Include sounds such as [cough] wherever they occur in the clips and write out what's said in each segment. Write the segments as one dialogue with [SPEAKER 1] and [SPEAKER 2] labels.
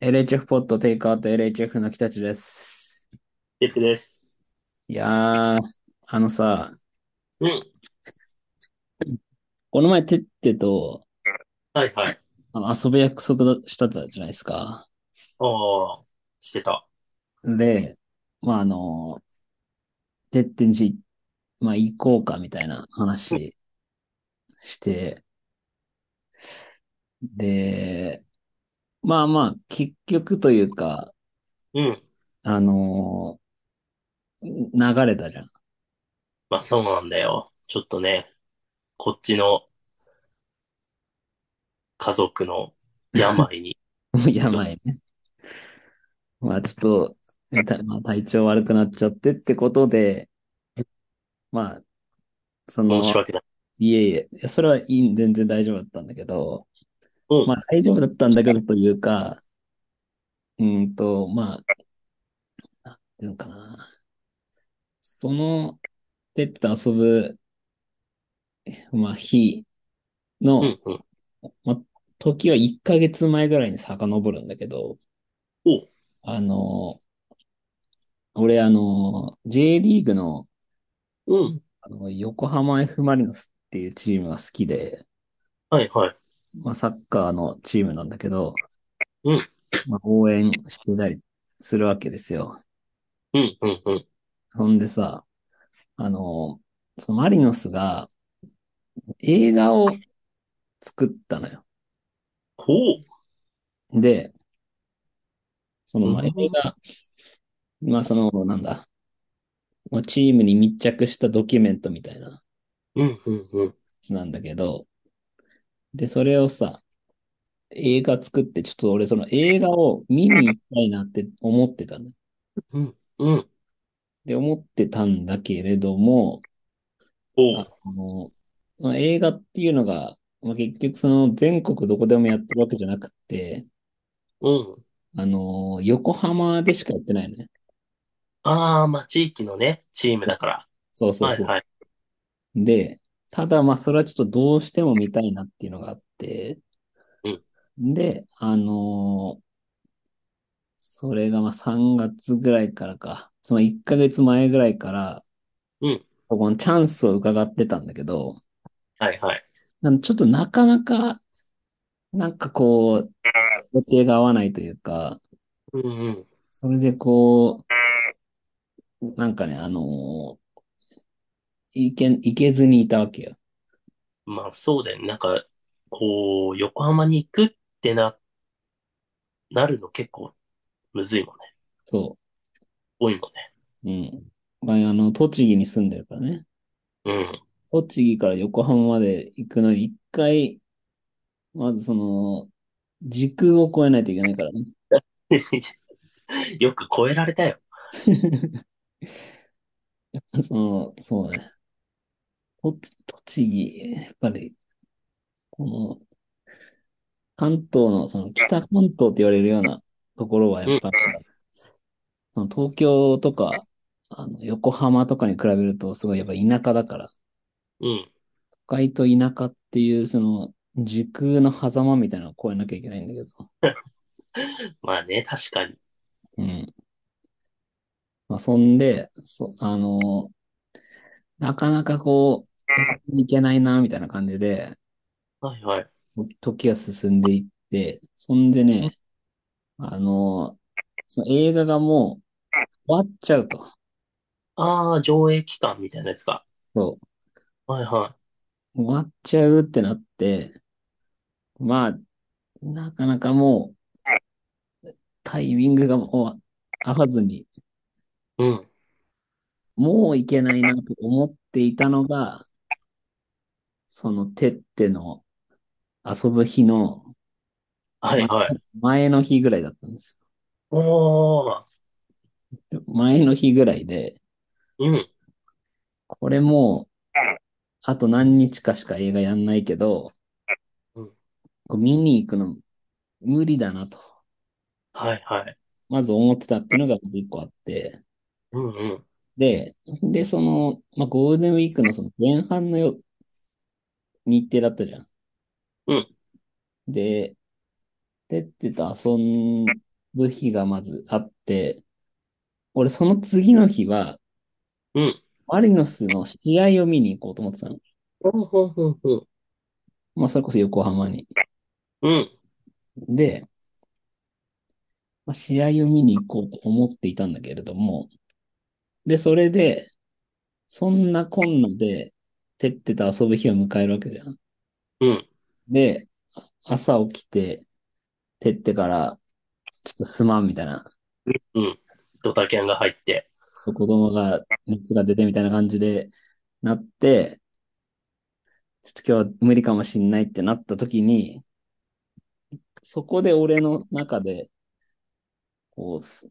[SPEAKER 1] LHF ポッドテイクアウト LHF の北地です。
[SPEAKER 2] テックです。
[SPEAKER 1] いやー、あのさ、
[SPEAKER 2] うん。
[SPEAKER 1] この前テッテと
[SPEAKER 2] はいはい。
[SPEAKER 1] あの遊ぶ約束だしたじゃないですか。
[SPEAKER 2] おー、してた。
[SPEAKER 1] で、まああの、テッテんち、まあ行こうかみたいな話して、で、まあまあ、結局というか、
[SPEAKER 2] うん。
[SPEAKER 1] あのー流れたじゃん。
[SPEAKER 2] まあそうなんだよ。ちょっとね、こっちの家族の
[SPEAKER 1] [laughs]
[SPEAKER 2] 病に。
[SPEAKER 1] 病ね。まあちょっと、ねたまあ、体調悪くなっちゃってってことで、まあ、そ
[SPEAKER 2] 申
[SPEAKER 1] の、
[SPEAKER 2] し訳ない。
[SPEAKER 1] いえいえ、いやそれはいい、全然大丈夫だったんだけど、
[SPEAKER 2] う
[SPEAKER 1] ま
[SPEAKER 2] ん。
[SPEAKER 1] あ大丈夫だったんだけどというか、うーんと、まあ、なんていうのかな。その、テッテと遊ぶ、まあ、日
[SPEAKER 2] う
[SPEAKER 1] の、
[SPEAKER 2] んうん。
[SPEAKER 1] まあ、時は1ヶ月前ぐらいに遡るんだけど、
[SPEAKER 2] おう。
[SPEAKER 1] あの、俺、あの、J リーグの、
[SPEAKER 2] うん。
[SPEAKER 1] あの横浜 F・マリノスっていうチームが好きで、
[SPEAKER 2] はいはい。
[SPEAKER 1] まあ、サッカーのチームなんだけど、
[SPEAKER 2] うん。
[SPEAKER 1] まあ、応援してたりするわけですよ。
[SPEAKER 2] うんうんうん。
[SPEAKER 1] そんでさ、あの、そのマリノスが映画を作ったのよ。
[SPEAKER 2] ほう。
[SPEAKER 1] で、その、
[SPEAKER 2] う
[SPEAKER 1] まあ、映
[SPEAKER 2] ん。
[SPEAKER 1] 画、まあ、その、なんだ、まあ、チームに密着したドキュメントみたいなや
[SPEAKER 2] うんうんうん。
[SPEAKER 1] つなんだけど、で、それをさ、映画作って、ちょっと俺その映画を見に行きたいなって思ってたの。
[SPEAKER 2] うんうん
[SPEAKER 1] で、思ってたんだけれども、
[SPEAKER 2] ほ
[SPEAKER 1] あ
[SPEAKER 2] う。
[SPEAKER 1] の、その映画っていうのが、まあ、結局その全国どこでもやってるわけじゃなくて、
[SPEAKER 2] うん。
[SPEAKER 1] あの、横浜でしかやってないのね。
[SPEAKER 2] ああ、まあ地域のね、チームだから。
[SPEAKER 1] そうそう
[SPEAKER 2] はい
[SPEAKER 1] そう。
[SPEAKER 2] はい。
[SPEAKER 1] で、ただまあそれはちょっとどうしても見たいなっていうのがあって、
[SPEAKER 2] うん。
[SPEAKER 1] で、あの、それがまあ3月ぐらいからか、つまり1ヶ月前ぐらいから、
[SPEAKER 2] うん。
[SPEAKER 1] ここのチャンスを伺ってたんだけど、
[SPEAKER 2] はいはい。
[SPEAKER 1] なんちょっとなかなか、なんかこう、予定が合わないというか、
[SPEAKER 2] うんうん。
[SPEAKER 1] それでこう、なんかね、あのーいけ、いけずにいたわけよ。
[SPEAKER 2] まあそうだよね。なんか、こう、横浜に行くってな、なるの結構むずいもんね。
[SPEAKER 1] そ
[SPEAKER 2] 多いもんね。
[SPEAKER 1] う。うん。まあ、あの、栃木に住んでるからね。
[SPEAKER 2] うん。 [laughs]
[SPEAKER 1] 栃木から横浜まで行くのに、一回、まずその、時空を超えないといけないからね。 [laughs]
[SPEAKER 2] よく超えられたよ。
[SPEAKER 1] その、そうね。と、栃木、やっぱり、この、関東の、その北関東って言われるようなところはや
[SPEAKER 2] う
[SPEAKER 1] っ
[SPEAKER 2] ん。
[SPEAKER 1] ぱり、その東京とか、あの、横浜とかに比べるとすごいやっぱ田舎だから、
[SPEAKER 2] うん。
[SPEAKER 1] 都会と田舎っていうその時空の狭間みたいなのを越えなきゃいけないんだけど、
[SPEAKER 2] まあね、確かに。
[SPEAKER 1] うん。まあ、そんで、そ、あの、なかなかこう、横に行けないな、みたいな感じで、
[SPEAKER 2] はいはい。
[SPEAKER 1] 時は進んでいって、そんで
[SPEAKER 2] うん
[SPEAKER 1] ね、あの、その映画がもう終わっちゃうと。
[SPEAKER 2] ああ、上映期間みたいなやつか。
[SPEAKER 1] そう。
[SPEAKER 2] はいは
[SPEAKER 1] 終わっちゃうってなって、まあ、なかなかもうタイミングがもう合わずに、
[SPEAKER 2] い。うん。
[SPEAKER 1] もういけないなと思っていたのが、そのテッテの遊ぶ日の
[SPEAKER 2] はい
[SPEAKER 1] ま
[SPEAKER 2] はい。
[SPEAKER 1] 前の日ぐらいだったんです
[SPEAKER 2] おー。
[SPEAKER 1] よ。前の日ぐらいで、
[SPEAKER 2] うん。
[SPEAKER 1] これもうあと何日かしか映画やんないけど、
[SPEAKER 2] うん。
[SPEAKER 1] こう見に行くの無理だなと、
[SPEAKER 2] はいはい。
[SPEAKER 1] まず思ってたっていうのがまず一個あって、
[SPEAKER 2] うんうん。
[SPEAKER 1] で、で、その、まあ、ゴールデンウィークのその前半のよ日程だったじゃん。
[SPEAKER 2] うん。
[SPEAKER 1] で、テッテと遊んぶ日がまずあって、俺その次の日は、
[SPEAKER 2] うん。
[SPEAKER 1] マリノスの試合を見に行こうと思ってたの。
[SPEAKER 2] ほうほうほうほう。
[SPEAKER 1] まあ、それこそ横浜に。
[SPEAKER 2] うん。
[SPEAKER 1] で、まあ、試合を見に行こうと思っていたんだけれども、で、それで、そんなこんなで、てってと遊ぶ日を迎えるわけじゃん。
[SPEAKER 2] うん。
[SPEAKER 1] で、朝起きて、てってから、ちょっとすまんみたいな、
[SPEAKER 2] うん。ドタキャンが入って。
[SPEAKER 1] そう子供が熱が出てみたいな感じでなって、ちょっと今日は無理かもしんないってなった時に、そこで俺の中で、こうす、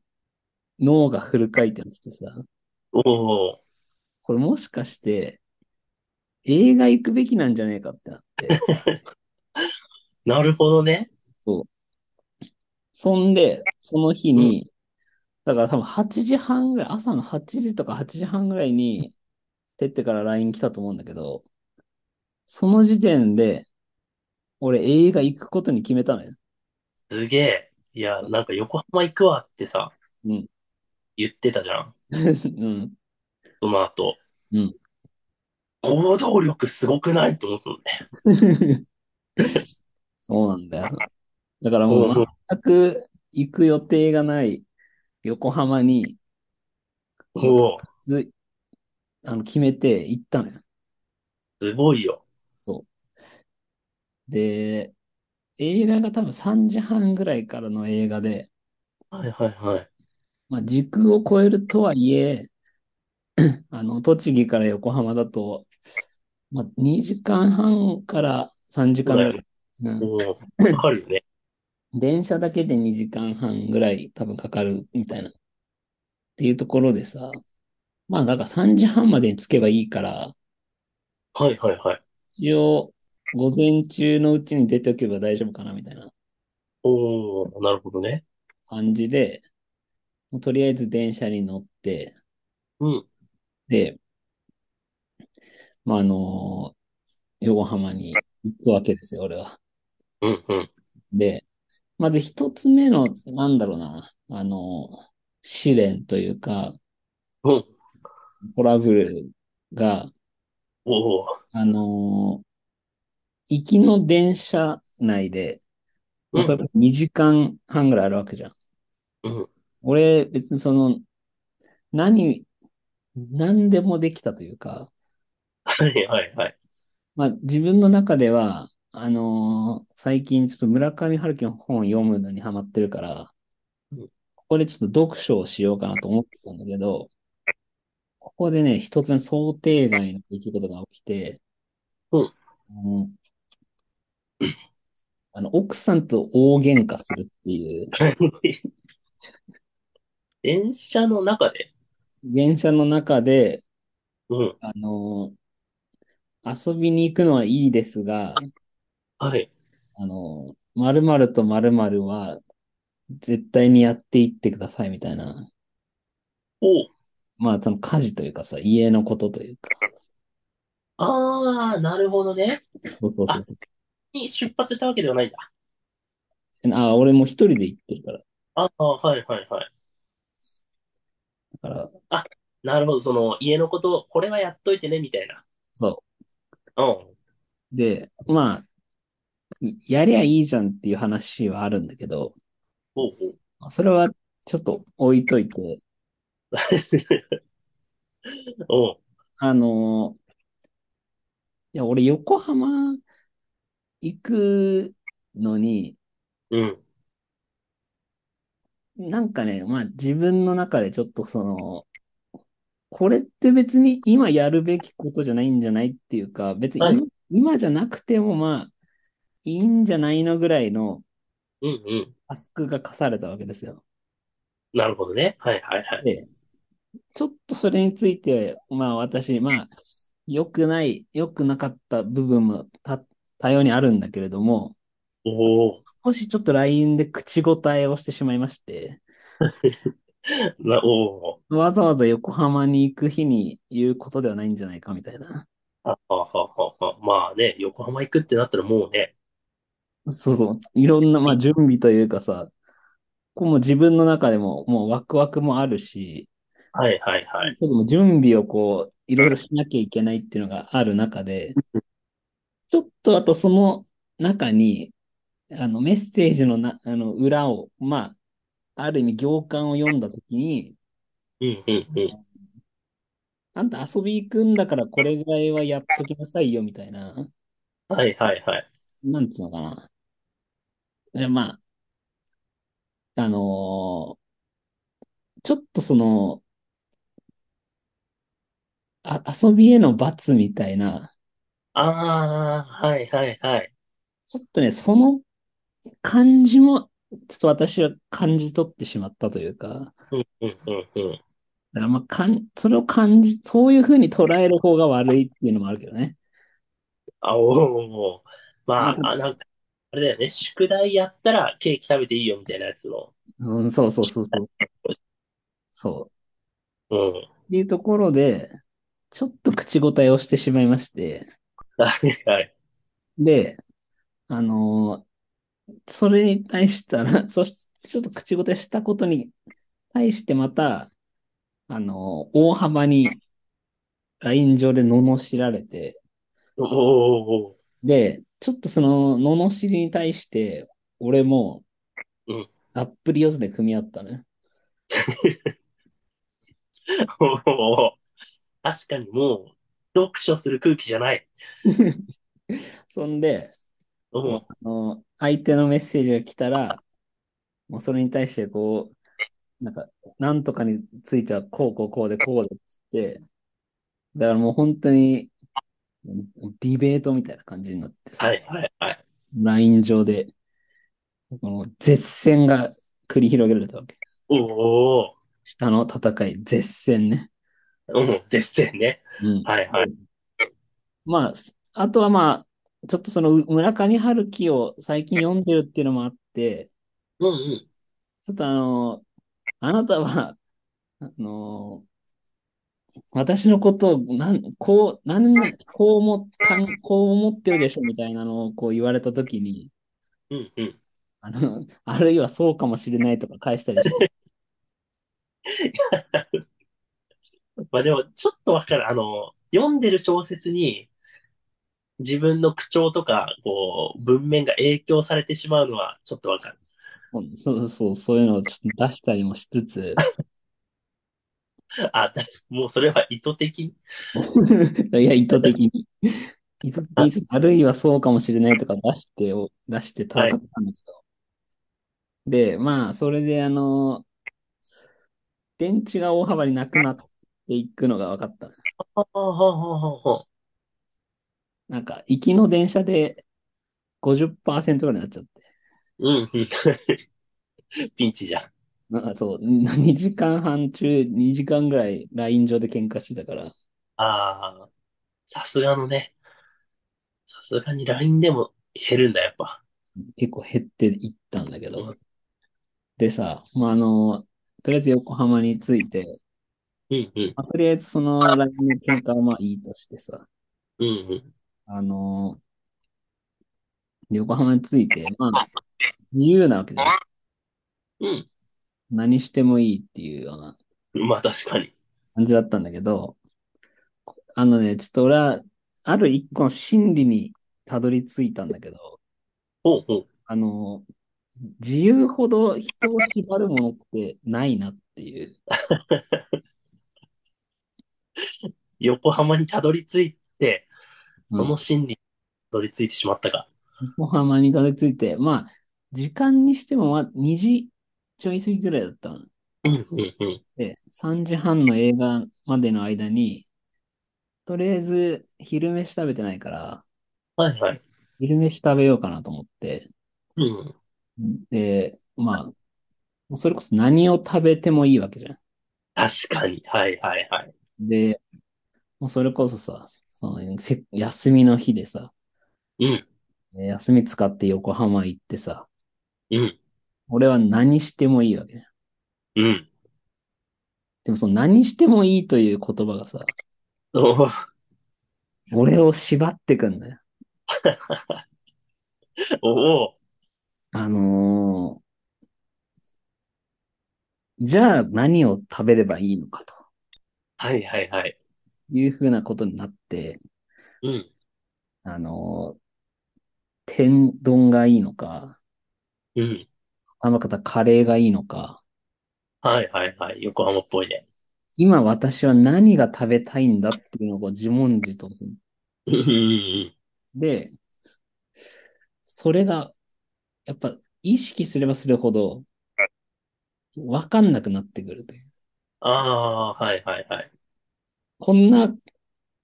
[SPEAKER 1] 脳がフル回転してさ、
[SPEAKER 2] おお。
[SPEAKER 1] これもしかして、映画行くべきなんじゃねえかってなって、
[SPEAKER 2] なるほどね。
[SPEAKER 1] そう。そんで、その日
[SPEAKER 2] うん。
[SPEAKER 1] に、だから多分8時半ぐらい、朝の8時とか8時半ぐらいに、てってから LINE 来たと思うんだけど、その時点で、俺映画行くことに決めたのよ。 [laughs]
[SPEAKER 2] すげえ。いや、
[SPEAKER 1] そう
[SPEAKER 2] なんか横浜行くわってさ、
[SPEAKER 1] うん。
[SPEAKER 2] 言ってたじゃん。
[SPEAKER 1] うん。
[SPEAKER 2] その後。
[SPEAKER 1] うん。
[SPEAKER 2] 行動力すごくないと思ったもんね。
[SPEAKER 1] そうなんだよ。だからも
[SPEAKER 2] おうおう。
[SPEAKER 1] う全く行く予定がない横浜に、もうと
[SPEAKER 2] お
[SPEAKER 1] り
[SPEAKER 2] お。
[SPEAKER 1] あえずあの決めて行ったのよ。
[SPEAKER 2] すごいよ。
[SPEAKER 1] そう。で、映画が多分3時半ぐらいからの映画で、
[SPEAKER 2] はいはいはい。
[SPEAKER 1] まあ、時空を超えるとはいえ、 [clears throat] あの、栃木から横浜だと、まあ、2時間半から3時
[SPEAKER 2] そう
[SPEAKER 1] 間
[SPEAKER 2] だ
[SPEAKER 1] ぐ
[SPEAKER 2] よ
[SPEAKER 1] らい。う
[SPEAKER 2] ね。
[SPEAKER 1] ん。
[SPEAKER 2] おお。かかるよね。
[SPEAKER 1] 電車だけで2時間半ぐらい多分かかるみたいな。っていうところでさ、まあ、だから3時半までに着けばいいから、
[SPEAKER 2] はいはいはい。
[SPEAKER 1] 一応、午前中のうちに出ておけば大丈夫かなみたいな
[SPEAKER 2] おお、なるほどね。
[SPEAKER 1] 感じで、もうとりあえず電車に乗って、
[SPEAKER 2] うん。
[SPEAKER 1] で、まあ、あの横浜に行くわけですよ、俺は。
[SPEAKER 2] うんうん。
[SPEAKER 1] で、まず一つ目の、なんだろうな、あの試練というか、
[SPEAKER 2] うん。
[SPEAKER 1] トラブルが、
[SPEAKER 2] おお。
[SPEAKER 1] あの行きの電車内で、
[SPEAKER 2] う
[SPEAKER 1] まあ、そ
[SPEAKER 2] ん。
[SPEAKER 1] れこそ2時間半ぐらいあるわけじゃん。
[SPEAKER 2] うん。
[SPEAKER 1] 俺、別にその、何、何でもできたというか、
[SPEAKER 2] はいはいはい。 [laughs]
[SPEAKER 1] まあ、自分の中では、あのー最近ちょっと村上春樹の本を読むのにハマってるから、
[SPEAKER 2] うん
[SPEAKER 1] ここでちょっと読書をしようかなと思ってたんだけど、ここでね、一つの想定外の出来事が起きて、
[SPEAKER 2] うん。
[SPEAKER 1] もうあの、奥さんと大喧嘩するっていう、
[SPEAKER 2] 電車の中で。
[SPEAKER 1] 電車の中で、
[SPEAKER 2] うん。
[SPEAKER 1] あのー遊びに行くのはいいですが、
[SPEAKER 2] はい。
[SPEAKER 1] あのー、〇〇と〇〇は絶対にやっていってくださいみたいな。
[SPEAKER 2] おお。
[SPEAKER 1] まあ、その家事というかさ、家のことというか。
[SPEAKER 2] ああ、なるほどね。
[SPEAKER 1] そうそうそ
[SPEAKER 2] あ、
[SPEAKER 1] うそう。
[SPEAKER 2] に出発したわけではないんだ。
[SPEAKER 1] あ、俺もう一人で行ってるから。
[SPEAKER 2] ああ、はいはいはい。
[SPEAKER 1] だから、
[SPEAKER 2] あ、なるほど。その、家のこと、これはやっといてね、みたいな。
[SPEAKER 1] そ
[SPEAKER 2] うん。
[SPEAKER 1] う。で、まあ、やりゃいいじゃんっていう話はあるんだけど、
[SPEAKER 2] おう
[SPEAKER 1] まあそれはちょっと置いといて、
[SPEAKER 2] おう。
[SPEAKER 1] あのーいや、俺横浜行くのに、
[SPEAKER 2] うん。
[SPEAKER 1] なんかね、まあ自分の中でちょっとその、これって別に今やるべきことじゃないんじゃないっていうか、別に
[SPEAKER 2] はい。
[SPEAKER 1] 今、今じゃなくてもまあいいんじゃないのぐらいの
[SPEAKER 2] うんうん。
[SPEAKER 1] タスクが課されたわけですよ。
[SPEAKER 2] なるほどね。はいはいはい。
[SPEAKER 1] で、ちょっとそれについて、まあ私、まあ良くない、良くなかった部分もた多様にあるんだけれども、
[SPEAKER 2] おお。
[SPEAKER 1] 少しちょっと LINE で口答えをしてしまいまして、
[SPEAKER 2] な、おお。
[SPEAKER 1] わざわざ横浜に行く日に言うことではないんじゃないかみたいな。
[SPEAKER 2] あはははは。まあね、横浜行くってなったらもうね。
[SPEAKER 1] そうそう。いろんな、まあ、準備というかさ、こうもう自分の中でも、もうワクワクもあるし、
[SPEAKER 2] はいはいはい。
[SPEAKER 1] ちょっともう準備をこう、いろいろしなきゃいけないっていうのがある中で、ちょっとあとその中に、あのメッセージのな、あの裏を、まあ、ある意味行間を読んだときに、
[SPEAKER 2] うんうんうん。
[SPEAKER 1] あんた遊び行くんだからこれぐらいはやっときなさいよみたいな、
[SPEAKER 2] はいはいはい。
[SPEAKER 1] なんつうのかな。いやまあ、あのーちょっとその、あ、遊びへの罰みたいな、
[SPEAKER 2] ああ、はいはいはい。
[SPEAKER 1] ちょっとね、その感じも、ちょっと私は感じ取ってしまったというか、
[SPEAKER 2] うんうんうんうん。
[SPEAKER 1] だからまあ、かん、それを感じ、そういうふうに捉える方が悪いっていうのもあるけどね。
[SPEAKER 2] あ、おお。
[SPEAKER 1] まあ、
[SPEAKER 2] まあ、あ、なんか、あれだよね。宿題やったらケーキ食べていいよみたいなやつも。
[SPEAKER 1] うんそうそうそうそう、そう。
[SPEAKER 2] うん。
[SPEAKER 1] っていうところで、ちょっと口答えをしてしまいまして、
[SPEAKER 2] はいはい。
[SPEAKER 1] で、あのーそれに対したら、 [laughs] そし、ちょっと口答えしたことに対してまた、あのー大幅に LINE 上で罵られて、
[SPEAKER 2] おお。
[SPEAKER 1] で、ちょっとその罵りに対して、俺も
[SPEAKER 2] うん。
[SPEAKER 1] がっぷり四つで組み合ったね。
[SPEAKER 2] おお。 [laughs] 確かにもう、読書する空気じゃない。
[SPEAKER 1] そんで、
[SPEAKER 2] う
[SPEAKER 1] もう、
[SPEAKER 2] ん。
[SPEAKER 1] あのー相手のメッセージが来たら、もうそれに対してこう、なんか、なんとかについてはこうこうこうでこうでっつって、だからもう本当にディベートみたいな感じになって
[SPEAKER 2] は
[SPEAKER 1] さ、
[SPEAKER 2] いはいはい。
[SPEAKER 1] LINE 上で、この絶戦が繰り広げられたわけ。
[SPEAKER 2] おお。
[SPEAKER 1] 下の戦い、絶戦ね。
[SPEAKER 2] うん。絶対ね。
[SPEAKER 1] うん。
[SPEAKER 2] はいはい。
[SPEAKER 1] まあ、すあとはまあ、ちょっとそのう村上春樹を最近読んでるっていうのもあって、
[SPEAKER 2] うんうん。
[SPEAKER 1] ちょっとあの、あなたは、 [laughs] あの、私のことを、なん、こう、なんな、こうも、かん、こう思ってるでしょみたいなのをこう言われたときに、
[SPEAKER 2] うんうん。
[SPEAKER 1] あの、 [laughs] あるいはそうかもしれないとか返したり [laughs] して、
[SPEAKER 2] まあでも、ちょっとわかる。あの、読んでる小説に自分の口調とか、こう、文面が影響されてしまうのは、ちょっとわかる。
[SPEAKER 1] そうそうそう、そういうのをちょっと出したりもしつつ、
[SPEAKER 2] あ、だ、もうそれは意図的に。
[SPEAKER 1] い [laughs] や、意図的に。意図的
[SPEAKER 2] あ、
[SPEAKER 1] にちょっと、あるいはそうかもしれないとか出してを、出して戦っ
[SPEAKER 2] は
[SPEAKER 1] た
[SPEAKER 2] い。
[SPEAKER 1] んだけど。で、まあ、それで、あの、電池が大幅になくなっていくのが分かったな。
[SPEAKER 2] ほうほうほうほうほう。
[SPEAKER 1] なんか、行きの電車で50%ぐらいになっちゃって。
[SPEAKER 2] うん、うん。 [laughs] ピンチじゃん。
[SPEAKER 1] なんかそう、2時間半中、2時間ぐらい LINE 上で喧嘩してたから、
[SPEAKER 2] ああ、さすがのね。さすがに LINE でも減るんだ、やっぱ。
[SPEAKER 1] 結構減っていったんだけ
[SPEAKER 2] う
[SPEAKER 1] ど。
[SPEAKER 2] ん、
[SPEAKER 1] でさ、まあ、あの、とりあえず横浜に着いて、
[SPEAKER 2] うん、うん。
[SPEAKER 1] まあ、とりあえずその LINE の喧嘩はまあいいとしてさ、
[SPEAKER 2] うん、うん。
[SPEAKER 1] あの、横浜に着いて、まあ、自由なわけじゃん。
[SPEAKER 2] うん。
[SPEAKER 1] 何してもいいっていうような
[SPEAKER 2] まあ確かに。
[SPEAKER 1] 感じだったんだけど、あのね、ちょっと俺は、ある一個の心理にたどり着いたんだけど、
[SPEAKER 2] ほうほう。
[SPEAKER 1] あの、自由ほど人を縛るものってないなっていう。
[SPEAKER 2] 横浜にたどり着いて、
[SPEAKER 1] う
[SPEAKER 2] その
[SPEAKER 1] ん。
[SPEAKER 2] 心理にたどり着いてしまったか。
[SPEAKER 1] 横浜にたどり着いて、まあ、時間にしてもまあ2時ちょい過ぎぐらいだったの。
[SPEAKER 2] うん、うん、うん。
[SPEAKER 1] で、3時半の映画までの間に、とりあえず昼飯食べてないから、
[SPEAKER 2] はいはい。
[SPEAKER 1] 昼飯食べようかなと思って、
[SPEAKER 2] うん。
[SPEAKER 1] で、まあ、もうそれこそ何を食べてもいいわけじゃん。
[SPEAKER 2] 確かに。はいはいはい。
[SPEAKER 1] で、もうそれこそさ、そのせ休みの日でさ、
[SPEAKER 2] うん、
[SPEAKER 1] えー休み使って横浜行ってさ、
[SPEAKER 2] うん、
[SPEAKER 1] 俺は何してもいいわけじゃん。
[SPEAKER 2] うん。
[SPEAKER 1] でもその何してもいいという言葉がさ、
[SPEAKER 2] おー
[SPEAKER 1] 俺を縛ってくんだよ。
[SPEAKER 2] おー。
[SPEAKER 1] あのーじゃあ何を食べればいいのかと
[SPEAKER 2] はいはいはい。
[SPEAKER 1] いうふうなことになって、
[SPEAKER 2] うん。
[SPEAKER 1] あの、天丼がいいのか、
[SPEAKER 2] うん。
[SPEAKER 1] あの方カレーがいいのか、
[SPEAKER 2] はいはいはい。横浜っぽいね。
[SPEAKER 1] 今私は何が食べたいんだっていうのをこう自問自答する。
[SPEAKER 2] うんうんうん。
[SPEAKER 1] で、それが、やっぱ意識すればするほど、わかんなくなってくるという。
[SPEAKER 2] ああー、はいはいはい。
[SPEAKER 1] こんな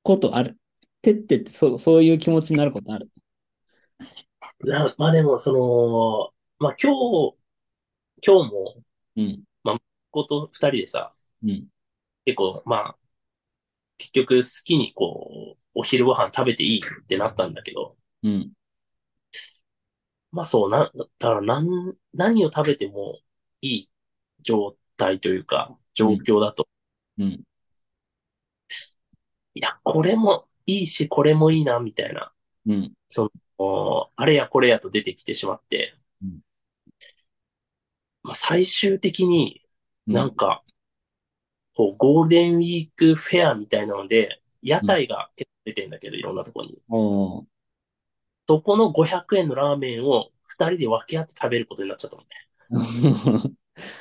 [SPEAKER 1] ことある。てってって、そう、そういう気持ちになることある。
[SPEAKER 2] な、まあでも、その、まあ今日、今日も、
[SPEAKER 1] うん。
[SPEAKER 2] こと二人でさ、
[SPEAKER 1] うん。
[SPEAKER 2] 結構、まあ、結局好きにこう、お昼ご飯食べていいってなったんだけど、
[SPEAKER 1] うん。
[SPEAKER 2] まあそう、な、だから何、何を食べてもいい状態というか、状況だと、
[SPEAKER 1] うん。
[SPEAKER 2] いや、これもいいし、これもいいな、みたいな。
[SPEAKER 1] うん。
[SPEAKER 2] もうあれやこれやと出てきてしまって
[SPEAKER 1] うん、
[SPEAKER 2] まあ、最終的に
[SPEAKER 1] うん
[SPEAKER 2] なんか、こう、ゴールデンウィークフェアみたいなので、屋台が結構出てんだけど、いろんなとこに。
[SPEAKER 1] おー
[SPEAKER 2] そこの500円のラーメンを二人で分け合って食べることになっちゃったもんね。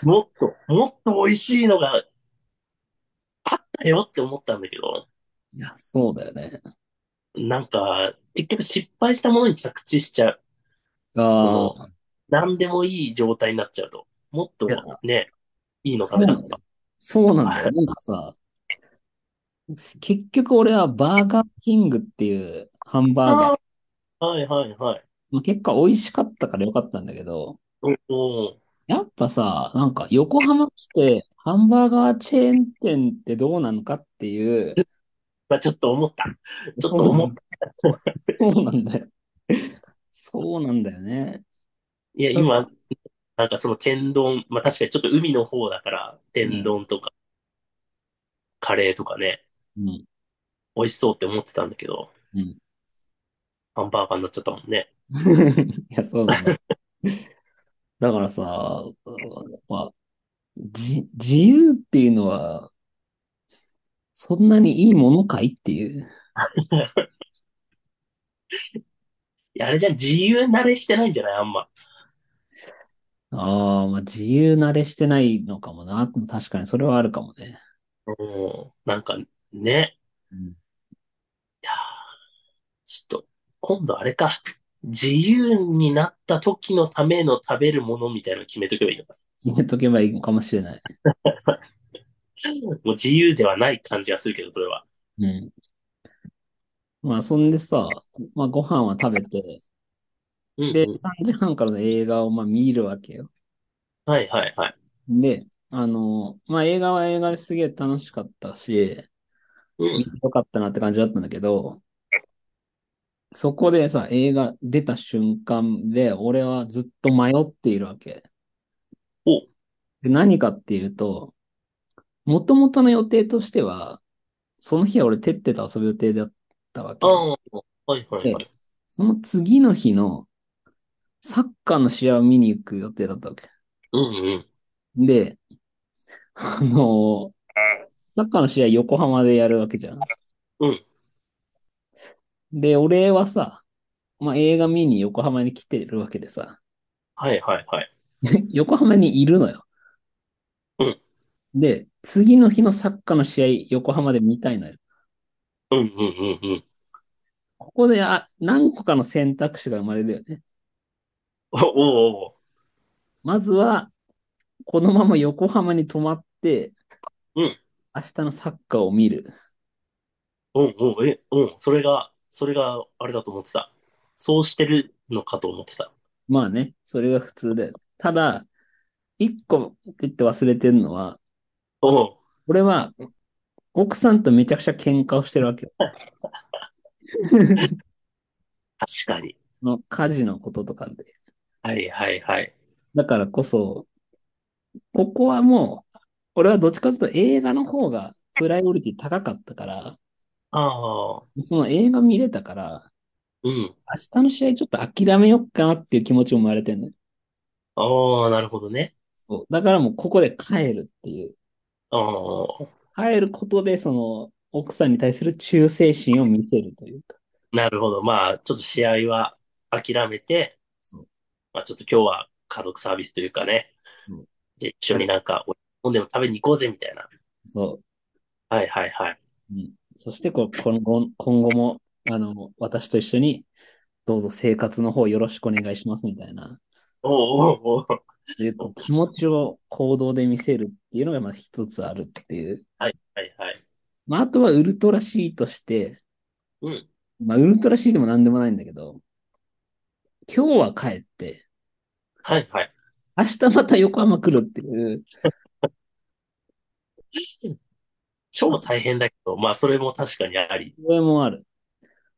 [SPEAKER 2] もっと、もっと美味しいのがあったよって思ったんだけど、
[SPEAKER 1] いや、そうだよね。
[SPEAKER 2] なんか、結局失敗したものに着地しちゃう。
[SPEAKER 1] ああ、
[SPEAKER 2] 何でもいい状態になっちゃうと。もっと
[SPEAKER 1] いや
[SPEAKER 2] ね、いいの食べた
[SPEAKER 1] そうな
[SPEAKER 2] か
[SPEAKER 1] ん
[SPEAKER 2] っ
[SPEAKER 1] だ
[SPEAKER 2] た。
[SPEAKER 1] そうなんだよ。なんかさ、結局俺はバーガーキングっていうハンバーガー、
[SPEAKER 2] はいはいはい。
[SPEAKER 1] まあ、結果美味しかったからよかったんだけど、
[SPEAKER 2] おお
[SPEAKER 1] やっぱさ、なんか横浜来てハンバーガーチェーン店ってどうなのかっていう、
[SPEAKER 2] まあ、ちょっと思った。ちょっと思った。
[SPEAKER 1] そうなんだよ。そうなんだよね。
[SPEAKER 2] いや、今、なんかその天丼、まあ確かにちょっと海の方だから、天丼とか、カレーとかね、
[SPEAKER 1] [laughs] うん。
[SPEAKER 2] 美味しそうって思ってたんだけど、
[SPEAKER 1] うん。
[SPEAKER 2] ハンバーガーになっちゃったもんね。
[SPEAKER 1] いや、そうなんだ。だからさ、やっぱ、じ、自由っていうのは、そんなにいいものかいっていう。
[SPEAKER 2] いや、あれじゃん、自由慣れしてないんじゃないあんま。
[SPEAKER 1] ああ、まあ自由慣れしてないのかもな。確かにそれはあるかもね。
[SPEAKER 2] うん。なんか、ね。
[SPEAKER 1] うん
[SPEAKER 2] いやーちょっと、今度あれか。自由になった時のための食べるものみたいなの決めとけばいいのか。
[SPEAKER 1] 決めとけばいいのかもしれない。
[SPEAKER 2] もう自由ではない感じがするけど、それは。
[SPEAKER 1] うん。まあそんでさ、まあご飯は食べて、
[SPEAKER 2] うん、う
[SPEAKER 1] で、
[SPEAKER 2] ん。
[SPEAKER 1] 3時半からの映画をまあ見るわけよ。
[SPEAKER 2] はいはいはい。
[SPEAKER 1] で、あの、まあ映画は映画ですげえ楽しかったし、
[SPEAKER 2] うん。
[SPEAKER 1] よかったなって感じだったんだけど、そこでさ、映画出た瞬間で、俺はずっと迷っているわけ。
[SPEAKER 2] お、
[SPEAKER 1] で、何かっていうと、もともとの予定としては、その日は俺、てってと遊ぶ予定だったわけ。
[SPEAKER 2] ああ、はいはいはい。
[SPEAKER 1] その次の日のサッカーの試合を見に行く予定だったわけ。
[SPEAKER 2] うんうん。
[SPEAKER 1] で、あのサッカーの試合横浜でやるわけじゃん。
[SPEAKER 2] うん。
[SPEAKER 1] で、俺はさ、まあ、映画見に横浜に来てるわけでさ、 [laughs]
[SPEAKER 2] はいはいはい。
[SPEAKER 1] 横浜にいるのよ。
[SPEAKER 2] うん
[SPEAKER 1] で、次の日のサッカーの試合横浜で見たいのよ。
[SPEAKER 2] うんうんうんうん。 [laughs]
[SPEAKER 1] ここで、あ、何個かの選択肢が生まれるよね。
[SPEAKER 2] おおお。
[SPEAKER 1] まずは、このまま横浜に泊まって、
[SPEAKER 2] うん
[SPEAKER 1] 明日のサッカーを見る。
[SPEAKER 2] うんうん。え、うん。それが、それがあれだと思ってた。そうしてるのかと思ってた。
[SPEAKER 1] まあね、それが普通だよ。ただ、一個言って忘れてるのは、
[SPEAKER 2] おう
[SPEAKER 1] 俺は、奥さんとめちゃくちゃ喧嘩をしてるわけよ。
[SPEAKER 2] 確かに。
[SPEAKER 1] の家事のこととかで。
[SPEAKER 2] はいはいはい。
[SPEAKER 1] だからこそ、ここはもう、俺はどっちかというと映画の方がプライオリティ高かったから、
[SPEAKER 2] ああ、
[SPEAKER 1] その映画見れたから、
[SPEAKER 2] うん。
[SPEAKER 1] 明日の試合ちょっと諦めよっかなっていう気持ちも生まれてんのよ。
[SPEAKER 2] ああ、なるほどね。
[SPEAKER 1] そう。だからもうここで帰るっていう。
[SPEAKER 2] ああ、
[SPEAKER 1] 帰ることで、その、奥さんに対する忠誠心を見せるというか。
[SPEAKER 2] なるほど。まあ、ちょっと試合は諦めて、
[SPEAKER 1] そう。
[SPEAKER 2] まあ、ちょっと今日は家族サービスというかね、
[SPEAKER 1] そう。
[SPEAKER 2] 一緒になんか、飲んでも食べに行こうぜみたいな。
[SPEAKER 1] そ
[SPEAKER 2] はいはいはい。
[SPEAKER 1] う。うん。そしてこう、今後、今後も、あの、私と一緒に、どうぞ生活の方よろしくお願いしますみたいな。
[SPEAKER 2] おうおうおう。
[SPEAKER 1] そういうこう気持ちを行動で見せるっていうのが、まあ一つあるっていう。
[SPEAKER 2] はいはいはい。
[SPEAKER 1] まあ、あとはウルトラ C として、
[SPEAKER 2] うん。
[SPEAKER 1] まあ、ウルトラ C でも何でもないんだけど、今日は帰って、
[SPEAKER 2] はいはい。
[SPEAKER 1] 明日また横浜来るっていう、
[SPEAKER 2] 超大変だけど、まあ、それも確かにあり。
[SPEAKER 1] それもある。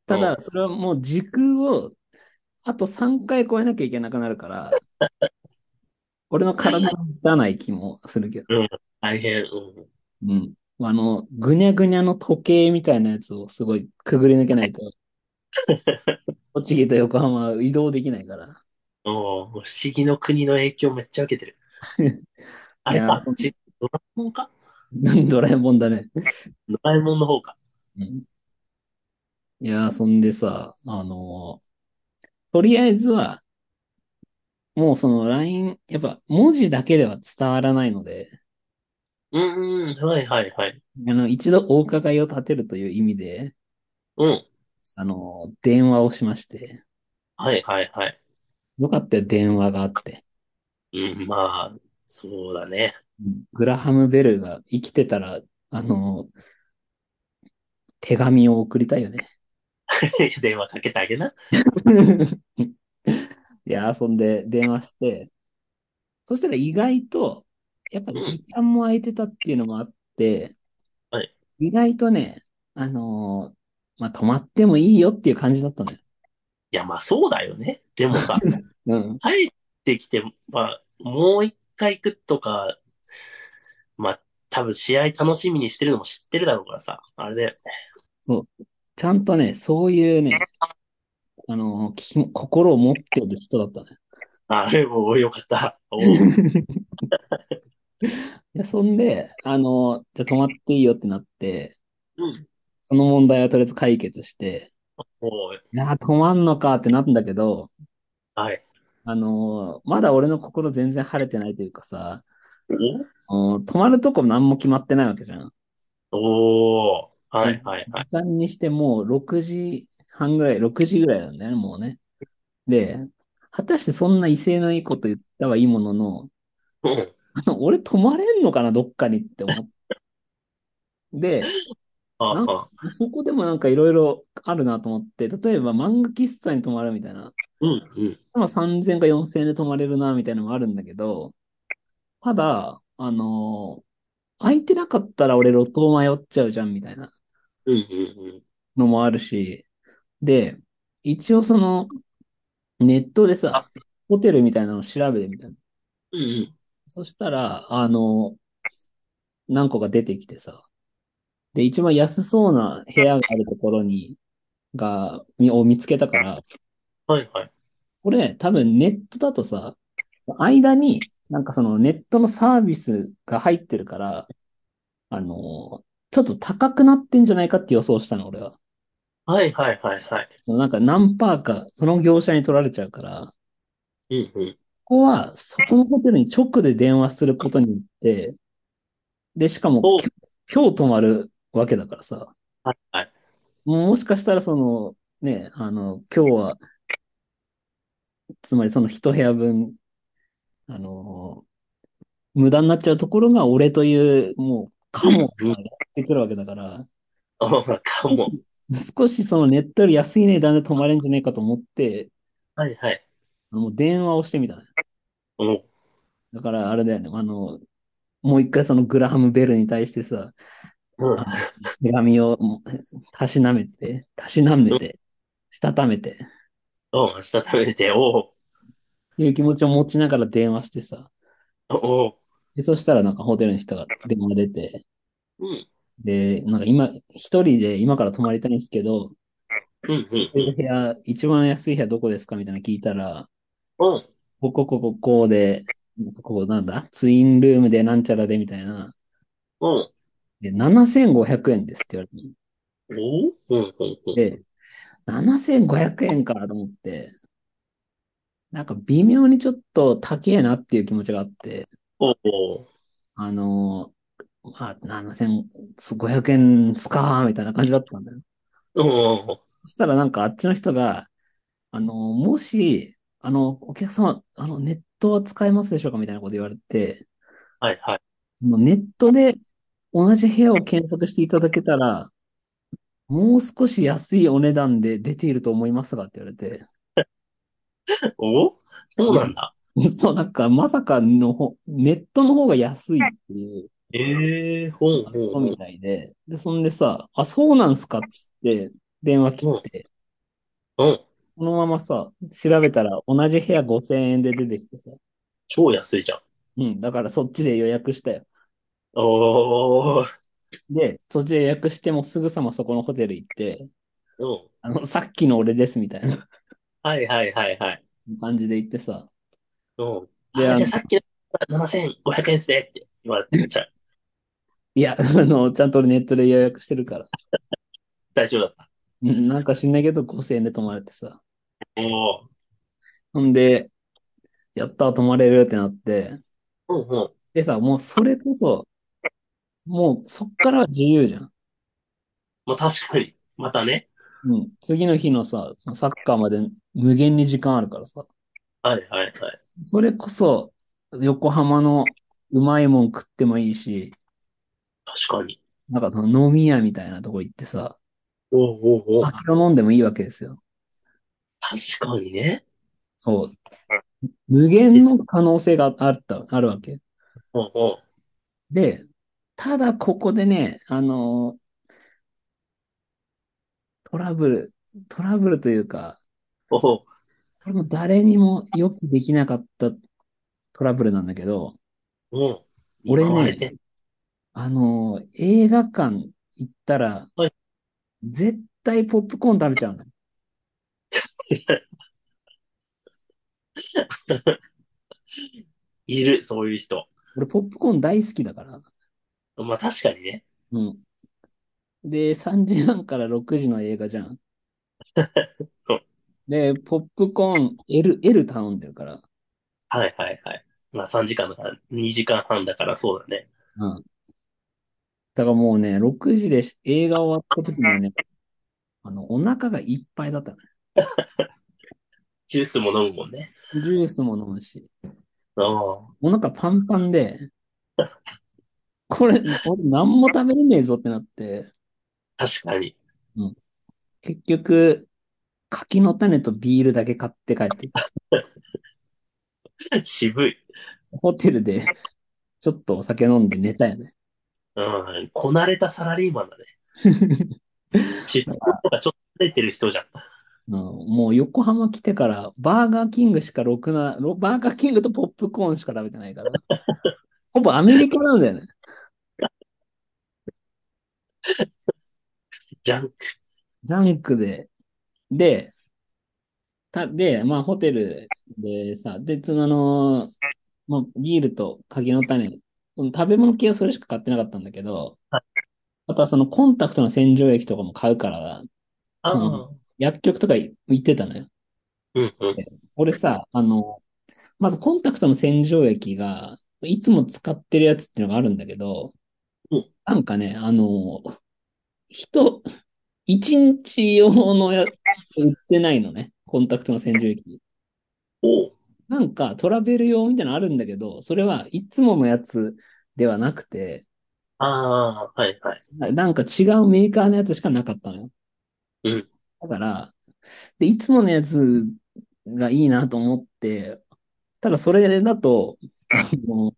[SPEAKER 1] た
[SPEAKER 2] う
[SPEAKER 1] だ、
[SPEAKER 2] ん
[SPEAKER 1] それはもう時空を、あと3回超えなきゃいけなくなる
[SPEAKER 2] [laughs]
[SPEAKER 1] から、俺の体に満たない気もするけど、
[SPEAKER 2] 大変。うん。
[SPEAKER 1] うん。あの、ぐにゃぐにゃの時計みたいなやつをすごいくぐり抜けないと、
[SPEAKER 2] [laughs]
[SPEAKER 1] 栃木と横浜は移動できないから。 [laughs]
[SPEAKER 2] おう不思議の国の影響めっちゃ受けてる。あれか、ちドラえもんか
[SPEAKER 1] ドラえもんだね。
[SPEAKER 2] ドラえもんの方か。
[SPEAKER 1] うんいやー、そんでさ、あのーとりあえずは、もうその LINE、やっぱ文字だけでは伝わらないので、
[SPEAKER 2] うんうん。はいはいはい。
[SPEAKER 1] あの、一度お伺いを立てるという意味で、
[SPEAKER 2] うん。
[SPEAKER 1] あのー電話をしまして、
[SPEAKER 2] はいはいはい。
[SPEAKER 1] よかったよ、電話があって。
[SPEAKER 2] うん、まあ、そうだね。 [laughs]
[SPEAKER 1] グラハム・ベルが生きてたら、あのー手紙を送りたいよね。
[SPEAKER 2] 電話かけてあげな。
[SPEAKER 1] [laughs] いや、遊んで電話して、そしたら意外と、やっぱ時間も空いてたっていうのもあって、
[SPEAKER 2] はい
[SPEAKER 1] 意外とね、あのーまあ、泊まってもいいよっていう感じだったのよ。
[SPEAKER 2] いや、まあそうだよね。でもさ、
[SPEAKER 1] うん。
[SPEAKER 2] 帰ってきて、まあ、もう一回行くとか、まあ、多分試合楽しみにしてるのも知ってるだろうからさ、あれで、
[SPEAKER 1] そう。ちゃんとね、そういうね、あのーき心を持ってる人だったのよ。
[SPEAKER 2] あれもよかった。おう
[SPEAKER 1] いや、そんで、あのーじゃあ泊まっていいよってなって、
[SPEAKER 2] うん。
[SPEAKER 1] その問題はとりあえず解決して、
[SPEAKER 2] おう
[SPEAKER 1] いやー、泊まんのかってなったんだけど、
[SPEAKER 2] はい。
[SPEAKER 1] あのーまだ俺の心全然晴れてないというかさ、
[SPEAKER 2] お
[SPEAKER 1] うん泊まるとこ何も決まってないわけじゃん。
[SPEAKER 2] おーはいはいはい。
[SPEAKER 1] 時間にしてもう6時半ぐらい、6時ぐらいなんだよね、もうね。で、果たしてそんな威勢のいいこと言ったはいいものの、 [laughs]
[SPEAKER 2] うん。
[SPEAKER 1] あの俺泊まれんのかな、どっかにって思って。で、
[SPEAKER 2] あ
[SPEAKER 1] なん
[SPEAKER 2] あ、
[SPEAKER 1] そこでもなんかいろいろあるなと思って、例えば漫画喫茶に泊まるみたいな。
[SPEAKER 2] うんうん。
[SPEAKER 1] まあ、3000か4000円で泊まれるな、みたいなのもあるんだけど、ただ、あのー空いてなかったら俺路頭迷っちゃうじゃん、みたいな
[SPEAKER 2] うんうんうん。
[SPEAKER 1] のもあるし、で、一応その、ネットでさ、ホテルみたいなの調べてみたいな。
[SPEAKER 2] うんうん。
[SPEAKER 1] そしたら、あのー何個か出てきてさ、で、一番安そうな部屋があるところに、が、みを見つけたから、
[SPEAKER 2] はいはい。
[SPEAKER 1] これ、多分ネットだとさ、間に、なんかそのネットのサービスが入ってるから、あのーちょっと高くなってんじゃないかって予想したの、俺は。
[SPEAKER 2] はいはいはいはい。
[SPEAKER 1] なんか何パーか、その業者に取られちゃうから、
[SPEAKER 2] うんうん。
[SPEAKER 1] ここは、そこのホテルに直で電話することによって、で、しかも
[SPEAKER 2] お
[SPEAKER 1] きょ、今日泊まるわけだからさ、
[SPEAKER 2] はいはい。
[SPEAKER 1] もうもしかしたらその、ね、あの、今日は、つまりその一部屋分、あのー無駄になっちゃうところが俺という、もう、カモがやってくるわけだから、
[SPEAKER 2] おうかも。
[SPEAKER 1] 少しそのネットより安い値段で泊まれんじゃねえかと思って、
[SPEAKER 2] はいはい。
[SPEAKER 1] あのもう電話をしてみたのよ。
[SPEAKER 2] おう
[SPEAKER 1] だからあれだよね、あの、もう一回そのグラハム・ベルに対してさ、
[SPEAKER 2] うん。
[SPEAKER 1] あ手紙をもうたしなめて、たしなめて、したためて、
[SPEAKER 2] おう明日食べて、おう
[SPEAKER 1] いう気持ちを持ちながら電話してさ、
[SPEAKER 2] おう
[SPEAKER 1] で、そしたらなんかホテルの人が電話出て、
[SPEAKER 2] うん。
[SPEAKER 1] で、なんか今、一人で今から泊まりたいんですけど、
[SPEAKER 2] うんうん
[SPEAKER 1] こういう部屋、一番安い部屋どこですかみたいなの聞いたら、
[SPEAKER 2] うん。うん。
[SPEAKER 1] ここ、ここ、こうで、なんかこう、なんだツインルームでなんちゃらでみたいな。
[SPEAKER 2] うん。
[SPEAKER 1] で、7500円ですって言われ
[SPEAKER 2] おううん、うん、うん。
[SPEAKER 1] て。で、7500円かと思って、なんか微妙にちょっと高えなっていう気持ちがあって、
[SPEAKER 2] おう
[SPEAKER 1] あのー、まあ、7500円っすかーみたいな感じだったんだよ。
[SPEAKER 2] うん、うん。
[SPEAKER 1] そしたらなんかあっちの人が、あのー、もし、あの、お客様、あの、ネットは使えますでしょうかみたいなこと言われて、
[SPEAKER 2] はい、はい。
[SPEAKER 1] そのネットで同じ部屋を検索していただけたら、もう少し安いお値段で出ていると思いますがって言われて、 [laughs]
[SPEAKER 2] おそうなんだ。
[SPEAKER 1] そう、なんかまさかのほ、ネットの方が安いっていう
[SPEAKER 2] ええほう
[SPEAKER 1] こと
[SPEAKER 2] ほう
[SPEAKER 1] みたいで、で、そんでさ、あ、そうなんすかっつって電話切って、
[SPEAKER 2] ほう。うん。
[SPEAKER 1] このままさ、調べたら同じ部屋5000円で出てきてさ、
[SPEAKER 2] 超安いじゃん。
[SPEAKER 1] うん、だからそっちで予約したよ。
[SPEAKER 2] おー。
[SPEAKER 1] で、そっちで予約してもすぐさまそこのホテル行って、
[SPEAKER 2] うん。
[SPEAKER 1] あの、さっきの俺ですみたいな [laughs]
[SPEAKER 2] はい、はい、はい、はい。
[SPEAKER 1] 感じで行ってさ、
[SPEAKER 2] うん。
[SPEAKER 1] で
[SPEAKER 2] あ、じ
[SPEAKER 1] あの
[SPEAKER 2] ゃあさっきの7500円っすねって言われちゃう。
[SPEAKER 1] いや、あの、ちゃんと俺ネットで予約してるから。
[SPEAKER 2] 大丈夫だった。
[SPEAKER 1] うんなんか知んないけど5000円で泊まれてさ。
[SPEAKER 2] おー。
[SPEAKER 1] ほんで、やったー、泊まれるってなって。
[SPEAKER 2] うん、うん。
[SPEAKER 1] でさ、もうそれこそ、もうそっからは自由じゃん。
[SPEAKER 2] まあ、確かに。またね。
[SPEAKER 1] うん。次の日のさ、そのサッカーまで無限に時間あるからさ。
[SPEAKER 2] はい、はい、はい。
[SPEAKER 1] それこそ、横浜のうまいもん食ってもいいし、
[SPEAKER 2] 確かに。
[SPEAKER 1] なんかその飲み屋みたいなとこ行ってさ、
[SPEAKER 2] おうおうおう。
[SPEAKER 1] 酒を飲んでもいいわけですよ。
[SPEAKER 2] 確かにね。
[SPEAKER 1] そう。無限の可能性があった、あるわけ。
[SPEAKER 2] うんうん。
[SPEAKER 1] で、ただここでね、あのトラブル、トラブルというか、
[SPEAKER 2] おう。
[SPEAKER 1] これも誰にも予期できなかったトラブルなんだけど、
[SPEAKER 2] うん。
[SPEAKER 1] 俺ね
[SPEAKER 2] 買われてん
[SPEAKER 1] あの映画館行ったら
[SPEAKER 2] はい、
[SPEAKER 1] 絶対ポップコーン食べちゃうの。
[SPEAKER 2] いる、そういう人。
[SPEAKER 1] 俺ポップコーン大好きだから。
[SPEAKER 2] まあ確かにね。
[SPEAKER 1] うん。で、3時半から6時の映画じゃん
[SPEAKER 2] [laughs] そう。
[SPEAKER 1] で、ポップコーン L、L 頼んでるから。
[SPEAKER 2] はいはいはい。まあ3時間だから、2時間半だからそうだね。
[SPEAKER 1] うん。だからもうね、6時で映画終わった時にはね、
[SPEAKER 2] [laughs]
[SPEAKER 1] あの、お腹がいっぱいだったの
[SPEAKER 2] ジュースも飲むもんね。
[SPEAKER 1] ね。ジュースも飲むし、
[SPEAKER 2] あ
[SPEAKER 1] お腹パンパンで、これ、俺何も食べれねえぞってなって、
[SPEAKER 2] あ、確かに。 [laughs]
[SPEAKER 1] 結局、柿の種とビールだけ買って帰って、
[SPEAKER 2] 渋い。
[SPEAKER 1] ホテルでちょっとお酒飲んで寝たよね。
[SPEAKER 2] うん。こなれたサラリーマン [laughs] だね。出張とかちょっと慣れてる人じゃん。
[SPEAKER 1] うん、もう横浜来てから、バーガーキングしかろくな、ろバーガーキングとポップコーンしか食べてないから。ほぼアメリカなんだよね。
[SPEAKER 2] ジャンク。
[SPEAKER 1] ジャンクで。で、た、で、まあ、ホテルでさ、で、その、あの、まあ、ビールと柿の種、うん食べ物系はそれしか買ってなかったんだけど、あとはそのコンタクトの洗浄液とかも買うから、
[SPEAKER 2] ああ。
[SPEAKER 1] うん薬局とか行ってたのよ。
[SPEAKER 2] うんうん。
[SPEAKER 1] 俺さ、あの、まずコンタクトの洗浄液が、いつも使ってるやつっていうのがあるんだけど
[SPEAKER 2] うん、
[SPEAKER 1] なんかね、あの、人、一日用のやつ売ってないのね、コンタクトの洗浄液。
[SPEAKER 2] おう。
[SPEAKER 1] なんかトラベル用みたいなのあるんだけど、それはいつものやつではなくて、
[SPEAKER 2] ああ、はいはい。
[SPEAKER 1] ななんか違うメーカーのやつしかなかったのよ。
[SPEAKER 2] うん
[SPEAKER 1] だから、で、いつものやつがいいなと思って、ただそれだと、あの、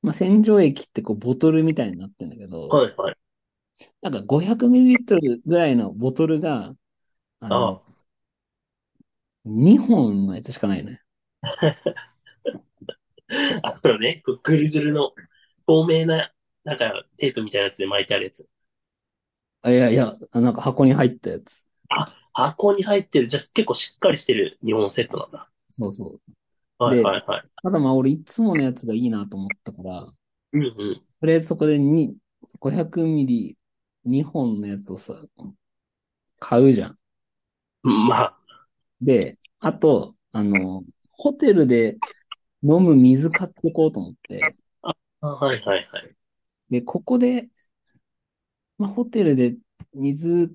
[SPEAKER 1] まあ、洗浄液ってこうボトルみたいになってんだけど、
[SPEAKER 2] はいはい。
[SPEAKER 1] なんか 500ml ぐらいのボトルが、あ
[SPEAKER 2] ああ
[SPEAKER 1] の、2本のやつしかないのよ。
[SPEAKER 2] あのね、こうぐるぐるの透明な、なんかテープみたいなやつで巻いてあるやつ。
[SPEAKER 1] あいやいや、あなんか箱に入ったやつ。
[SPEAKER 2] あ、箱に入ってる。じゃあ結構しっかりしてる日本セットなんだ。
[SPEAKER 1] そうそう。
[SPEAKER 2] はいはいはい。
[SPEAKER 1] ただまあ俺いつものやつがいいなと思ったから、
[SPEAKER 2] うんうん。
[SPEAKER 1] とりあえずそこでに500ミリ2本のやつをさ、買うじゃん。
[SPEAKER 2] まあ、
[SPEAKER 1] で、あと、あの、ホテルで飲む水買ってこうと思って、
[SPEAKER 2] あはいはいはい。
[SPEAKER 1] で、ここで、まあ、ホテルで水、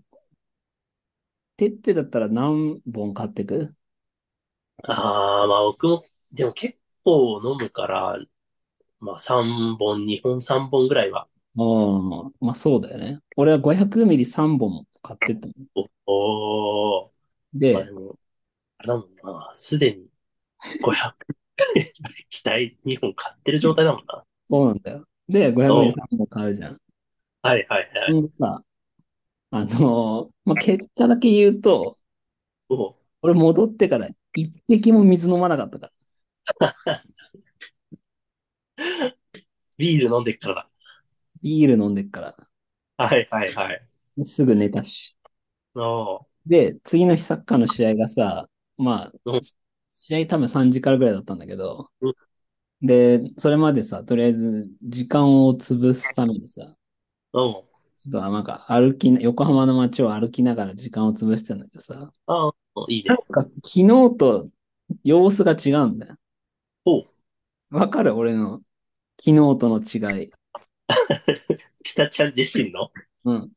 [SPEAKER 1] てってだったら何本買ってく
[SPEAKER 2] ああ、まあ僕も、でも結構飲むから、まあ3本、2本3本ぐらいは、
[SPEAKER 1] ああ、まあそうだよね。俺は500ミリ3本買ってったの。
[SPEAKER 2] おおー、まあ
[SPEAKER 1] で
[SPEAKER 2] で、も、あれだもんな、すでに500、機体2本買ってる状態だもんな。
[SPEAKER 1] そうなんだよ。で、500ミリ3本買うじゃん。
[SPEAKER 2] はいはいはい。
[SPEAKER 1] でさ、あのーまあ、結果だけ言うと、
[SPEAKER 2] おう
[SPEAKER 1] 俺戻ってから一滴も水飲まなかったから。
[SPEAKER 2] ビール飲んでっから
[SPEAKER 1] ビール飲んでっから。
[SPEAKER 2] だ。はいはいはい。
[SPEAKER 1] すぐ寝たし。
[SPEAKER 2] おう
[SPEAKER 1] で、次の日サッカーの試合がさ、ま
[SPEAKER 2] う
[SPEAKER 1] あ
[SPEAKER 2] ん、
[SPEAKER 1] 試合多分3時からぐらいだったんだけど
[SPEAKER 2] うん、
[SPEAKER 1] で、それまでさ、とりあえず時間を潰すためにさ、
[SPEAKER 2] おう
[SPEAKER 1] ちょっとなんか歩きな、横浜の街を歩きながら時間を潰してんだけどさ、
[SPEAKER 2] ああ、いい
[SPEAKER 1] なん
[SPEAKER 2] ね。
[SPEAKER 1] か昨日と様子が違うんだよ。
[SPEAKER 2] おう
[SPEAKER 1] わかる俺の昨日との違い。
[SPEAKER 2] 北ちゃん自身の
[SPEAKER 1] うん。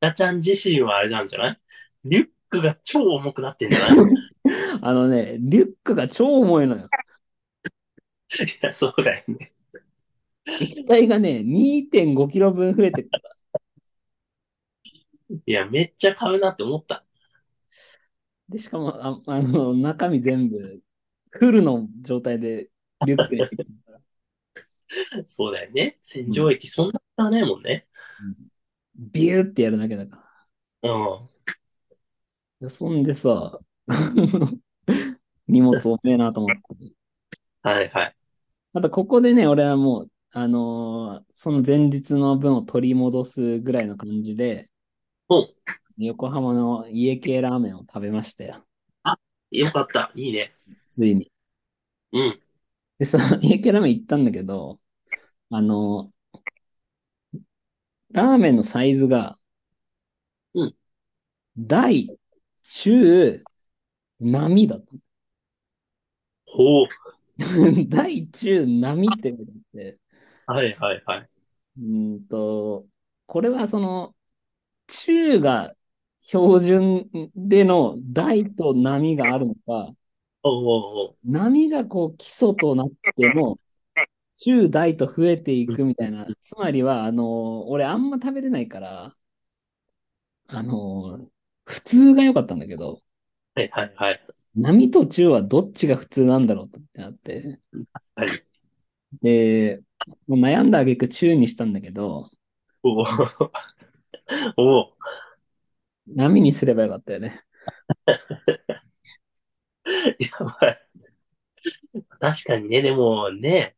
[SPEAKER 2] 北ちゃん自身はあれなんじゃないリュックが超重くなってんじゃない
[SPEAKER 1] あのね、リュックが超重いのよ。
[SPEAKER 2] い
[SPEAKER 1] [laughs]
[SPEAKER 2] や、そうだよね。
[SPEAKER 1] 液体がね、2.5キロ分増えてくから。
[SPEAKER 2] いや、めっちゃ買うなって思った。
[SPEAKER 1] で、しかも、あ、あの、中身全部、フルの状態でリュックに入ってくるから。
[SPEAKER 2] そうだよね。洗浄液そんな使わないもんね。
[SPEAKER 1] ビューってやるだけだから。
[SPEAKER 2] うん。
[SPEAKER 1] でそんでさ、 [laughs] 荷物重えなと思って。
[SPEAKER 2] はいはい。
[SPEAKER 1] ただ、ここでね、俺はもう、あのーその前日の分を取り戻すぐらいの感じで、
[SPEAKER 2] うん。
[SPEAKER 1] 横浜の家系ラーメンを食べましたよ。
[SPEAKER 2] よかった。いいね。
[SPEAKER 1] ついに。
[SPEAKER 2] うん。
[SPEAKER 1] でさ、 [laughs] 家系ラーメン行ったんだけど、あの、ラーメンのサイズが、
[SPEAKER 2] うん
[SPEAKER 1] 大、中、並だった。 [laughs]
[SPEAKER 2] ほう。
[SPEAKER 1] 大、中、並って書いてあって、
[SPEAKER 2] はいはいはい。
[SPEAKER 1] うーんと、これはその、中が標準での大と並があるのか、
[SPEAKER 2] おうおうおう。
[SPEAKER 1] 波がこう基礎となっても、中大と増えていくみたいな。つまりは、あのー俺あんま食べれないから、あのー普通が良かったんだけど、
[SPEAKER 2] はいはいはい。
[SPEAKER 1] 波と中はどっちが普通なんだろうってなって。
[SPEAKER 2] はい。
[SPEAKER 1] で、もう悩んだ挙句中にしたんだけど、
[SPEAKER 2] おうおう。
[SPEAKER 1] 波にすればよかったよね。
[SPEAKER 2] [laughs] やばい。確かにね、でもね、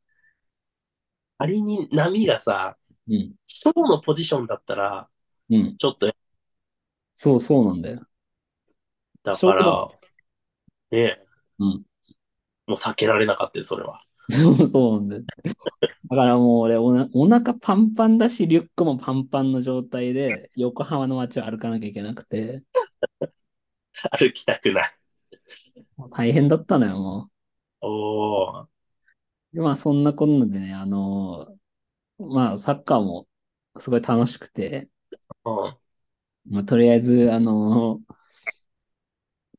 [SPEAKER 2] 仮に波がさ、
[SPEAKER 1] うん。
[SPEAKER 2] 基礎のポジションだったら、
[SPEAKER 1] うん。
[SPEAKER 2] ちょっとやっ
[SPEAKER 1] そうそうなんだよ。 [laughs]
[SPEAKER 2] た
[SPEAKER 1] そう
[SPEAKER 2] か
[SPEAKER 1] だ
[SPEAKER 2] ら、ね、
[SPEAKER 1] うん。
[SPEAKER 2] もう避けられなかったよ、それは。 [laughs]
[SPEAKER 1] そうそうなんだよ。だからもう俺おな、お腹パンパンだし、リュックもパンパンの状態で、横浜の街を歩かなきゃいけなくて、
[SPEAKER 2] 歩きたくない。
[SPEAKER 1] もう大変だったのよ、も
[SPEAKER 2] おー。
[SPEAKER 1] う。で、まあそんなこんなでね、あのーまあサッカーもすごい楽しくて、
[SPEAKER 2] うん。
[SPEAKER 1] まあとりあえず、あのー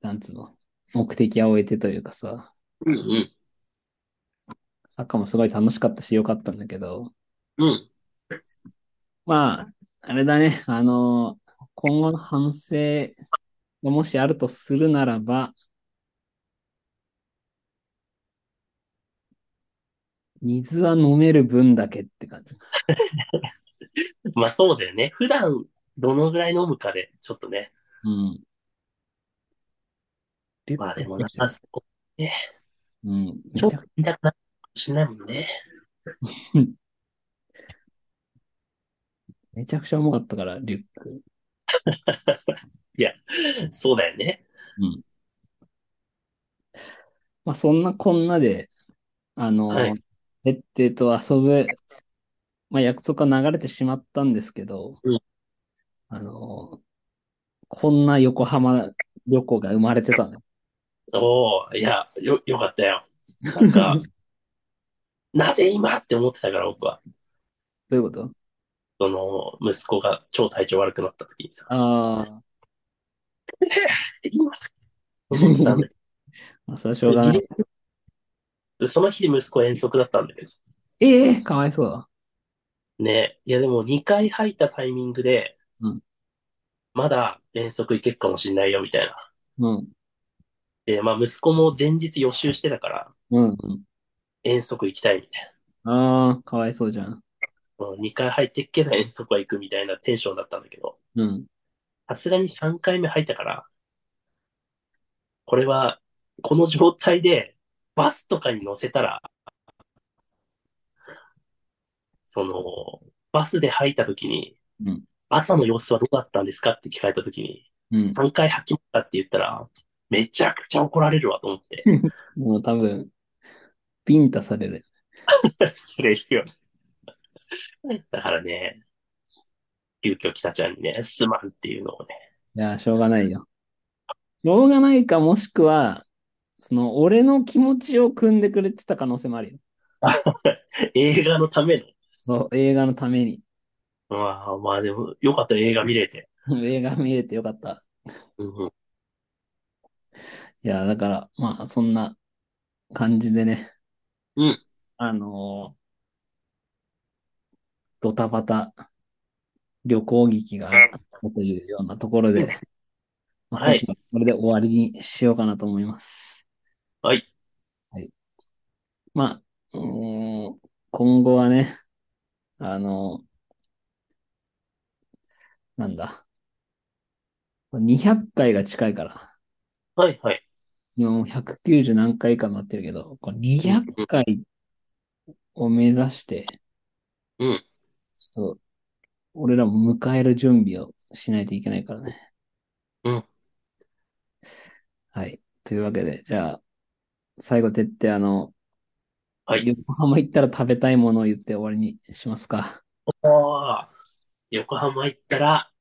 [SPEAKER 1] なんつうの、目的は終えてというかさ、
[SPEAKER 2] うんうん。
[SPEAKER 1] サッカーもすごい楽しかったし、良かったんだけど、
[SPEAKER 2] うん。
[SPEAKER 1] まあ、あれだね、あのー今後の反省がもしあるとするならば、水は飲める分だけって感じ。
[SPEAKER 2] まあそうだよね。普段、どのぐらい飲むかで、ちょっとね。
[SPEAKER 1] うん。リュッ
[SPEAKER 2] まあでも
[SPEAKER 1] ク
[SPEAKER 2] な、
[SPEAKER 1] めちゃ
[SPEAKER 2] そこね、
[SPEAKER 1] うん。め
[SPEAKER 2] ちょっ
[SPEAKER 1] ち
[SPEAKER 2] と
[SPEAKER 1] ゃ
[SPEAKER 2] 見たくなるかもしれないもんね。
[SPEAKER 1] めちゃくちゃ重かったから、リュック。
[SPEAKER 2] そうだよね。
[SPEAKER 1] うん。まあ、そんなこんなで、あ
[SPEAKER 2] は
[SPEAKER 1] の、
[SPEAKER 2] い。
[SPEAKER 1] てってと遊ぶ、まあ、約束は流れてしまったんですけど、
[SPEAKER 2] うん。
[SPEAKER 1] あの、こんな横浜旅行が生まれてたね。
[SPEAKER 2] おー、いや、よ、よかったよ。なん [laughs] か、なぜ今って思ってたから僕は。
[SPEAKER 1] どういうこと
[SPEAKER 2] その、息子が超体調悪くなった時にさ。
[SPEAKER 1] ああ
[SPEAKER 2] [laughs] 今と思って [laughs] たんだ
[SPEAKER 1] ー、
[SPEAKER 2] け
[SPEAKER 1] まあ、それはしょ
[SPEAKER 2] ど、
[SPEAKER 1] うが
[SPEAKER 2] ギ
[SPEAKER 1] ない。
[SPEAKER 2] リその日息子遠足だったんだけどさ。
[SPEAKER 1] ええかわいそうだ。
[SPEAKER 2] ねいやでも2回入ったタイミングで、
[SPEAKER 1] うん、
[SPEAKER 2] まだ遠足行けるかもしんないよみたいな。
[SPEAKER 1] うん、
[SPEAKER 2] で、まあ息子も前日予習してたから、
[SPEAKER 1] うん、うん。
[SPEAKER 2] 遠足行きたいみたい
[SPEAKER 1] ああ、かわいそうじゃん。
[SPEAKER 2] な。うん2回入ってっけど遠足は行くみたい [laughs] なテンションだったんだけど、
[SPEAKER 1] うん。
[SPEAKER 2] さすがに3回目入ったから、これは、この状態で、バスとかに乗せたら、その、バスで入った時に、
[SPEAKER 1] うん、
[SPEAKER 2] 朝の様子はどうだったんですかって聞かれた時に、
[SPEAKER 1] うん。
[SPEAKER 2] 3回吐きましたって言ったら、めちゃくちゃ怒られるわと思って。 [laughs]
[SPEAKER 1] もう多分、ビンタされる。
[SPEAKER 2] それいるよね。だからね、急遽北ちゃんにね、すまんっていうのをね。
[SPEAKER 1] いやー、しょうがないよ。しょうがないか、もしくは、その、俺の気持ちを汲んでくれてた可能性もあるよ。
[SPEAKER 2] 映画のための。
[SPEAKER 1] そう、映画のために。 [laughs]
[SPEAKER 2] まあまあでも、よかったよ映画見れて。
[SPEAKER 1] 映画見れてよかった。
[SPEAKER 2] うんうん。
[SPEAKER 1] いやー、だから、まあ、そんな感じでね、
[SPEAKER 2] うん。
[SPEAKER 1] あのードタバタ旅行劇があったというようなところで、まあ、今
[SPEAKER 2] はい。
[SPEAKER 1] 回はこれで終わりにしようかなと思います。
[SPEAKER 2] はい。
[SPEAKER 1] はいまあ、うーん、今後はね、あの、なんだ、200回が近いから、
[SPEAKER 2] はい、はい。
[SPEAKER 1] 今もう190何回かになってるけど、これ
[SPEAKER 2] うん、
[SPEAKER 1] 200
[SPEAKER 2] うん、
[SPEAKER 1] 回を目指して、
[SPEAKER 2] うん。
[SPEAKER 1] ちょっと、俺らも迎える準備をしないといけないからね。
[SPEAKER 2] うん
[SPEAKER 1] はい。というわけで、じゃあ、最後、てって、あの、
[SPEAKER 2] はい。
[SPEAKER 1] 横浜行ったら食べたいものを言って終わりにしますか。
[SPEAKER 2] ああ、横浜行ったら、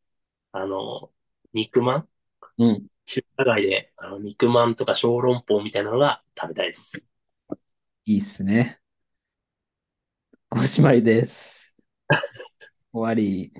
[SPEAKER 2] あの、肉まん
[SPEAKER 1] うん。
[SPEAKER 2] 中華街で、あの、肉まんとか小籠包みたいなのが食べたいです。
[SPEAKER 1] いいっす
[SPEAKER 2] [laughs]
[SPEAKER 1] ね。おしまいです。終わり。